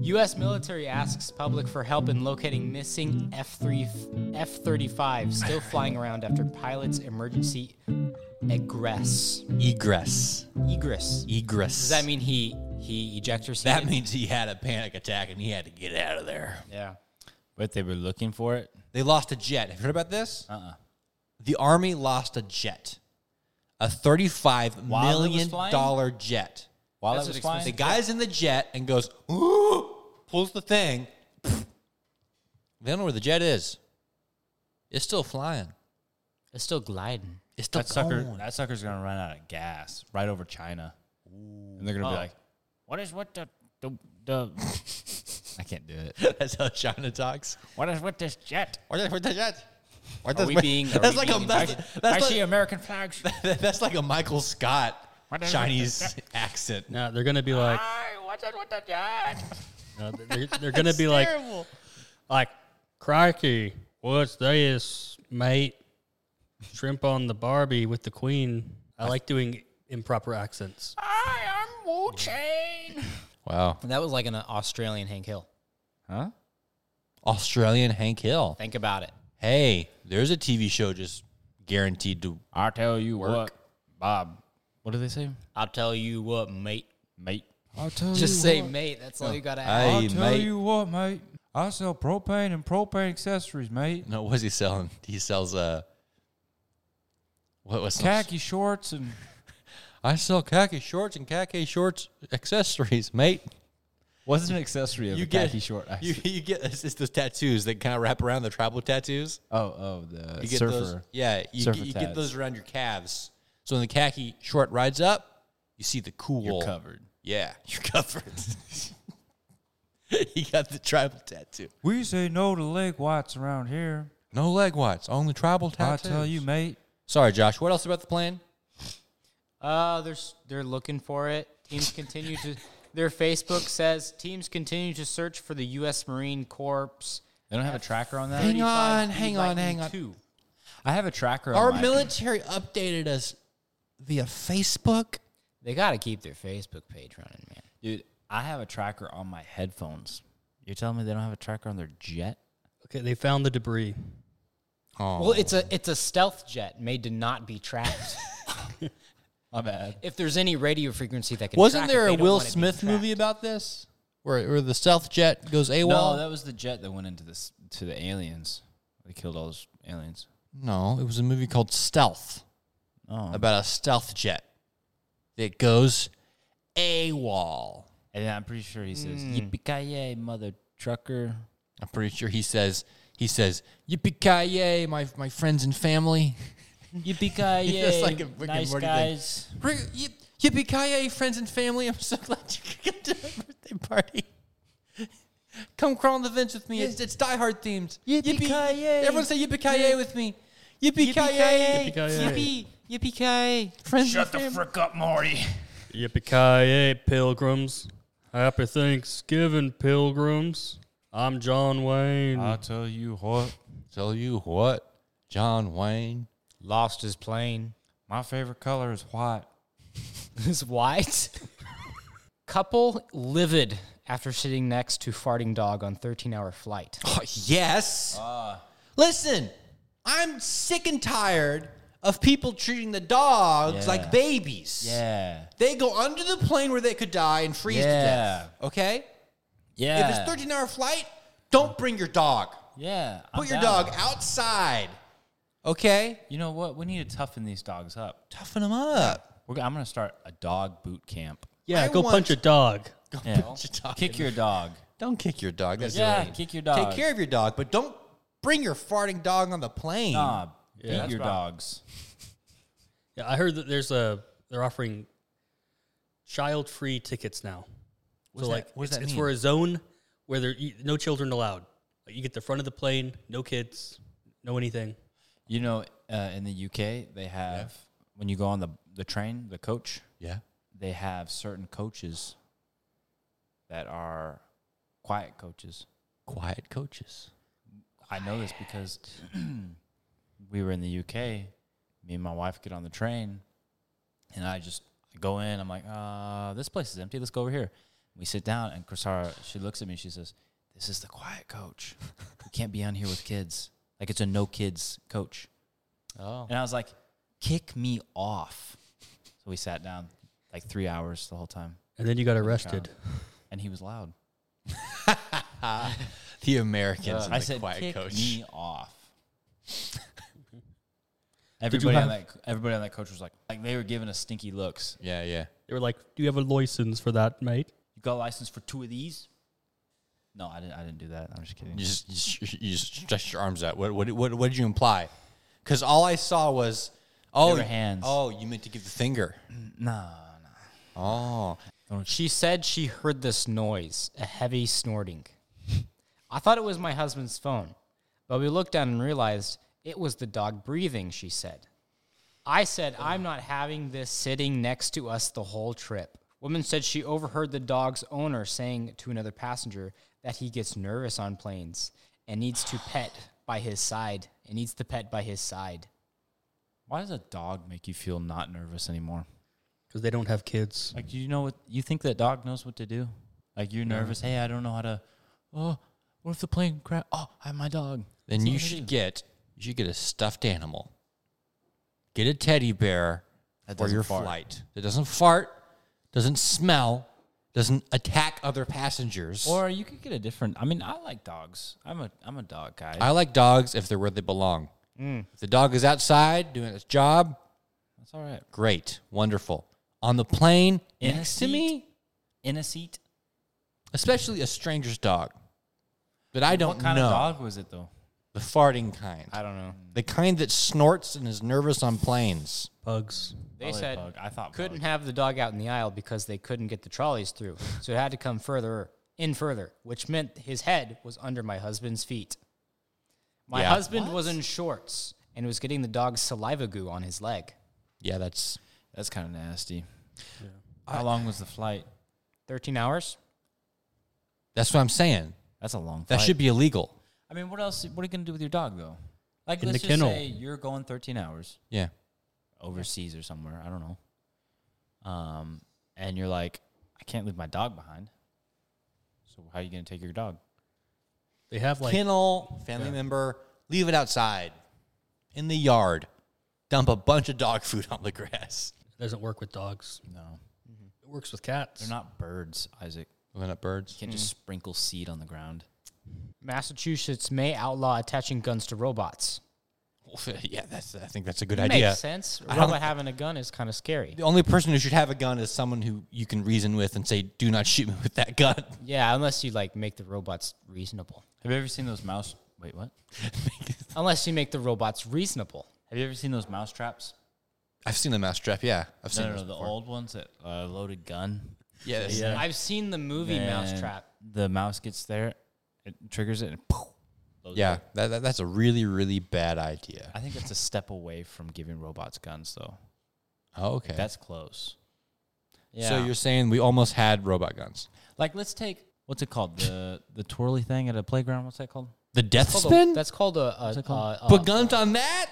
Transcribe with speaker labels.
Speaker 1: U.S. military asks public for help in locating missing F-3, F-35 still flying around after pilots emergency egress.
Speaker 2: Egress.
Speaker 1: Egress.
Speaker 2: Egress.
Speaker 1: Does that mean he he ejects or
Speaker 2: That
Speaker 1: something?
Speaker 2: means he had a panic attack and he had to get out of there.
Speaker 1: Yeah. But they were looking for it.
Speaker 2: They lost a jet. Have you heard about this? Uh-uh. The army lost a jet. A thirty-five
Speaker 1: While it was
Speaker 2: million
Speaker 1: flying?
Speaker 2: dollar jet.
Speaker 1: While
Speaker 2: That's
Speaker 1: it was
Speaker 2: an
Speaker 1: flying?
Speaker 2: expensive- The guy's in the jet and goes, Ooh, pulls the thing. they don't know where the jet is. It's still flying.
Speaker 1: It's still gliding.
Speaker 2: It's still
Speaker 3: That sucker,
Speaker 2: going.
Speaker 3: that sucker's gonna run out of gas right over China, and they're gonna be like, "What is what the the, the I can't do it.
Speaker 2: That's how China talks.
Speaker 3: What is with this jet?
Speaker 2: Where's the jet?
Speaker 1: Are we being? Are
Speaker 2: That's
Speaker 1: we
Speaker 2: like a
Speaker 1: being
Speaker 2: that's,
Speaker 1: invited?
Speaker 2: that's
Speaker 3: I
Speaker 2: like-
Speaker 3: see American flags.
Speaker 2: That's like a Michael Scott
Speaker 3: What is it?
Speaker 2: Chinese accent.
Speaker 4: No, they're gonna be like,
Speaker 3: Hey, what's it with the jet?
Speaker 4: no, they're, they're gonna be like, like, crikey, what's this, mate? Shrimp on the Barbie with the Queen. I like doing improper accents.
Speaker 3: I am Wu Chain.
Speaker 2: Wow.
Speaker 1: that was like an Australian Hank Hill.
Speaker 3: Huh?
Speaker 2: Australian Hank Hill.
Speaker 1: Think about it.
Speaker 2: Hey, there's a TV show just guaranteed to.
Speaker 3: I tell you what, Bob. What do they say,
Speaker 1: I'll tell you what, mate.
Speaker 3: mate?
Speaker 1: Just say mate. That's all you gotta ask.
Speaker 2: Hey, mate.
Speaker 3: what, mate. I sell propane and propane accessories, mate.
Speaker 2: No, what's he selling? He sells uh. What was
Speaker 3: shorts and
Speaker 2: I sell khaki shorts and khaki shorts accessories, mate.
Speaker 3: what's an accessory of a khaki short? I
Speaker 2: You,
Speaker 3: see.
Speaker 2: you get it's, it's those tattoos that kind of wrap around the tribal tattoos.
Speaker 3: oh, oh, the
Speaker 2: You get
Speaker 3: surfer.
Speaker 2: those, yeah. You,
Speaker 3: Surfer
Speaker 2: get, you
Speaker 3: tats.
Speaker 2: get those around your calves. So when the khaki short rides up, you see the cool.
Speaker 3: You're covered.
Speaker 2: Yeah, you're covered. he got the tribal tattoo.
Speaker 5: We say no to leg whites around here.
Speaker 2: No leg whites, only tribal
Speaker 5: I tell you, mate.
Speaker 2: Sorry, Josh. What else about the plane?
Speaker 1: Uh, they're s- they're looking for it. Teams continue to. Their Facebook says teams continue to search for the U.S. Marine Corps.
Speaker 3: They don't have a tracker on that.
Speaker 2: Hang on,
Speaker 1: 35
Speaker 2: hang on,
Speaker 1: Lightning
Speaker 2: hang on.
Speaker 1: II.
Speaker 3: I have a tracker.
Speaker 2: Our
Speaker 3: on my-
Speaker 2: military updated us via Facebook.
Speaker 1: They gotta keep their Facebook page running, man.
Speaker 3: dude. I have a tracker on my headphones. You're telling me they don't have a tracker on their jet?
Speaker 4: Okay, they found the debris.
Speaker 2: Oh,
Speaker 1: Well, it's a it's a stealth jet made to not be tracked.
Speaker 3: My bad.
Speaker 1: if there's any radio frequency that can,
Speaker 2: wasn't
Speaker 1: track it,
Speaker 2: there
Speaker 1: they
Speaker 2: a
Speaker 1: don't
Speaker 2: Will
Speaker 1: want it
Speaker 2: Smith
Speaker 1: being
Speaker 2: movie
Speaker 1: tracked.
Speaker 2: about this, where where the stealth jet goes AWOL?
Speaker 3: No, that was the jet that went into this to the aliens. They killed all those aliens.
Speaker 2: No, it was a movie called Stealth
Speaker 3: Oh,
Speaker 2: about a stealth jet that goes AWOL.
Speaker 3: and I'm pretty sure he says,
Speaker 2: Hmm.
Speaker 3: "Yippee ki yay, mother trucker!"
Speaker 2: I'm pretty sure he says he says yippee ki yay, my my friends and family.
Speaker 3: Yippee ki
Speaker 2: That's
Speaker 3: yay,
Speaker 2: like a Rick and
Speaker 3: nice
Speaker 2: Morty thing.
Speaker 3: guys.
Speaker 2: Yippee ki yay, friends and family. I'm so glad you could come to my birthday party. Come crawl on the fence with me. It's, it's Die Hard themed. Yippee ki yay! Everyone say yippee ki yay with me. Yippee ki yay!
Speaker 4: Yippee-ki-yay.
Speaker 2: yippee ki Friends Shut and family.
Speaker 3: frick up, Morty.
Speaker 4: Yippee pilgrims! Happy Thanksgiving, pilgrims! I'm John Wayne.
Speaker 2: Uh,
Speaker 5: I tell you what,
Speaker 2: Tell you what, John Wayne.
Speaker 1: lost his plane.
Speaker 5: my favorite color is white.
Speaker 1: Is white. Couple livid after sitting next to farting dog on 13 hour flight.
Speaker 2: Oh, yes.
Speaker 3: Ah.
Speaker 2: Listen, I'm sick and tired of people treating the dogs
Speaker 3: Yeah.
Speaker 2: like babies.
Speaker 3: Yeah,
Speaker 2: They go under the plane where they could die and freeze to
Speaker 3: Yeah.
Speaker 2: death. Okay?
Speaker 3: yeah.
Speaker 2: If it's 13 hour flight, don't bring your dog.
Speaker 3: yeah, I'm
Speaker 2: Put your
Speaker 3: down.
Speaker 2: dog outside. Okay?
Speaker 3: You know what? We need to toughen these dogs up.
Speaker 2: Toughen them up.
Speaker 3: We're, go- I'm gonna start a dog boot camp.
Speaker 4: yeah,
Speaker 2: I
Speaker 4: go
Speaker 2: want-
Speaker 4: punch a dog.
Speaker 3: Yeah.
Speaker 2: your dog.
Speaker 3: Kick your dog.
Speaker 2: Don't kick your dog. That's
Speaker 3: Yeah,
Speaker 2: lame.
Speaker 3: kick your dog.
Speaker 2: Take care of your dog, but don't bring your farting dog on the plane.
Speaker 3: Nah, beat
Speaker 4: that's
Speaker 3: your
Speaker 4: right.
Speaker 3: dogs.
Speaker 4: Yeah, I heard that there's a they're offering child-free tickets now.
Speaker 2: What's
Speaker 4: so
Speaker 2: that-
Speaker 4: like,
Speaker 2: what does
Speaker 4: it's,
Speaker 2: that
Speaker 4: it's
Speaker 2: mean?
Speaker 4: for a zone where there you, no children allowed. Like you get the front of the plane, no kids, no anything.
Speaker 3: You know, uh, in the UK, they have when you go on the the train, the coach,
Speaker 2: Yeah.
Speaker 3: they have certain coaches that are quiet coaches.
Speaker 2: Quiet coaches.
Speaker 3: I know this because we were in the UK. me and my wife get on the train, and I just go in. I'm like, uh, this place is empty. Let's go over here. We sit down, and Chrisara, she looks at me. She says, "This is the quiet coach. we can't be on here with kids. Like it's a no kids coach."
Speaker 1: Oh.
Speaker 3: And I was like, "Kick me off." So we sat down like three hours the whole time,
Speaker 4: And then you got arrested.
Speaker 3: and he was loud.
Speaker 2: The Americans and
Speaker 3: Uh, I
Speaker 2: the
Speaker 3: said,
Speaker 2: quiet
Speaker 3: "Kick
Speaker 2: coach.
Speaker 3: me off."
Speaker 4: Did you
Speaker 3: everybody on that everybody on that coach was like, like they were giving us stinky looks.
Speaker 2: Yeah, yeah.
Speaker 4: They were like, "Do you have a license for that, mate?"
Speaker 3: You got a license for two of these? No, I didn't. I didn't do that. I'm just kidding.
Speaker 2: You just, you just, you just stretched your arms out. What what what, what did you imply? Because all I saw was oh
Speaker 3: were hands.
Speaker 2: Oh, you meant to give the finger.
Speaker 3: no, no.
Speaker 2: Oh,
Speaker 1: She said she heard this noise, a heavy snorting. I thought it was my husband's phone, but we looked down and realized it was the dog breathing, she said. I said, I'm not having this sitting next to us the whole trip. Woman said she overheard the dog's owner saying to another passenger that he gets nervous on planes and needs to pet by his side. And needs the pet by his side.
Speaker 3: Why does a dog make you feel not nervous anymore?
Speaker 4: Because they don't have kids.
Speaker 3: Like, do you know what? You think that dog knows what to do? Like, you're nervous. Hey, I don't know how to. Oh, what if the plane crash? Oh, I have my dog.
Speaker 2: then
Speaker 3: That's
Speaker 2: you
Speaker 3: what I
Speaker 2: should
Speaker 3: do.
Speaker 2: get you should get a stuffed animal. Get a teddy bear
Speaker 3: That
Speaker 2: for
Speaker 3: doesn't
Speaker 2: your
Speaker 3: fart.
Speaker 2: flight. That doesn't fart, doesn't smell, doesn't attack other passengers.
Speaker 3: Or you could get a different. I mean, I like dogs. I'm a I'm a dog guy.
Speaker 2: I like dogs if they're where they belong.
Speaker 3: Mm.
Speaker 2: If the dog is outside doing its job,
Speaker 3: That's all right.
Speaker 2: great, wonderful. On the plane,
Speaker 3: In a
Speaker 2: next to
Speaker 3: seat.
Speaker 2: me,
Speaker 3: In a seat.
Speaker 2: especially a stranger's dog that I don't
Speaker 3: What kind
Speaker 2: know.
Speaker 3: of dog was it though?
Speaker 2: The farting kind.
Speaker 1: I don't know.
Speaker 2: the kind that snorts and is nervous on planes.
Speaker 4: Pugs.
Speaker 1: They
Speaker 3: Probably a
Speaker 1: said
Speaker 3: pug. I thought
Speaker 1: couldn't
Speaker 3: pug.
Speaker 1: have the dog out in the aisle because they couldn't get the trolleys through, so it had to come further in further, which meant his head was under my husband's feet. My
Speaker 2: Yeah.
Speaker 1: husband was in shorts and was getting the dog's saliva goo on his leg.
Speaker 2: Yeah, that's
Speaker 3: That's kind of nasty. How long was the flight?
Speaker 1: Thirteen hours.
Speaker 2: that's what I'm saying.
Speaker 3: That's a long.
Speaker 2: That
Speaker 3: flight.
Speaker 2: should be illegal.
Speaker 3: I mean, what else? What are you gonna do with your dog though? Like,
Speaker 4: In
Speaker 3: let's just
Speaker 4: the kennel.
Speaker 3: say you're going 13 hours
Speaker 2: Yeah.
Speaker 3: overseas or somewhere. I don't know. Um, and you're like, I can't leave my dog behind. So how are you gonna take your dog?
Speaker 4: They have like
Speaker 2: Kennel, family member, leave it outside in the yard. Dump a bunch of dog food on the grass.
Speaker 4: it doesn't work with dogs.
Speaker 3: No,
Speaker 4: It works with cats.
Speaker 3: they're not birds, Isaac.
Speaker 2: Living up birds.
Speaker 3: You can't just sprinkle seed on the ground.
Speaker 1: Massachusetts may outlaw attaching guns to robots.
Speaker 2: yeah, that's. I think that's a good
Speaker 1: Makes
Speaker 2: idea.
Speaker 1: sense. A
Speaker 2: I don't-
Speaker 1: robot having a gun is kind of scary.
Speaker 2: The only person who should have a gun is someone who you can reason with and say, "Do not shoot me with that gun."
Speaker 1: Yeah, unless you like make the robots reasonable.
Speaker 3: Have you ever seen those mouse? Wait, what?
Speaker 1: Unless you make the robots reasonable.
Speaker 3: Have you ever seen those mouse traps?
Speaker 2: I've seen the mousetrap. Yeah, I've
Speaker 3: No,
Speaker 2: seen
Speaker 3: no, no
Speaker 2: those
Speaker 3: the
Speaker 2: before.
Speaker 3: old ones that uh, loaded gun.
Speaker 2: Yeah, that's-
Speaker 4: Yeah.
Speaker 1: I've seen the movie
Speaker 3: Then
Speaker 1: Mousetrap.
Speaker 3: The mouse gets there, it triggers it, and poof, blows it
Speaker 2: yeah.
Speaker 3: up.
Speaker 2: That, that, that's a really, really bad idea.
Speaker 3: I think that's a step away from giving robots guns, though.
Speaker 2: Oh, okay.
Speaker 3: That's close. Yeah.
Speaker 2: So you're saying we almost had robot guns?
Speaker 3: like, let's take what's it called the the twirly thing at a playground. What's that called?
Speaker 2: The death
Speaker 1: That's called a, that's called a, a,
Speaker 3: it called?
Speaker 1: a- a-
Speaker 2: Put guns on that?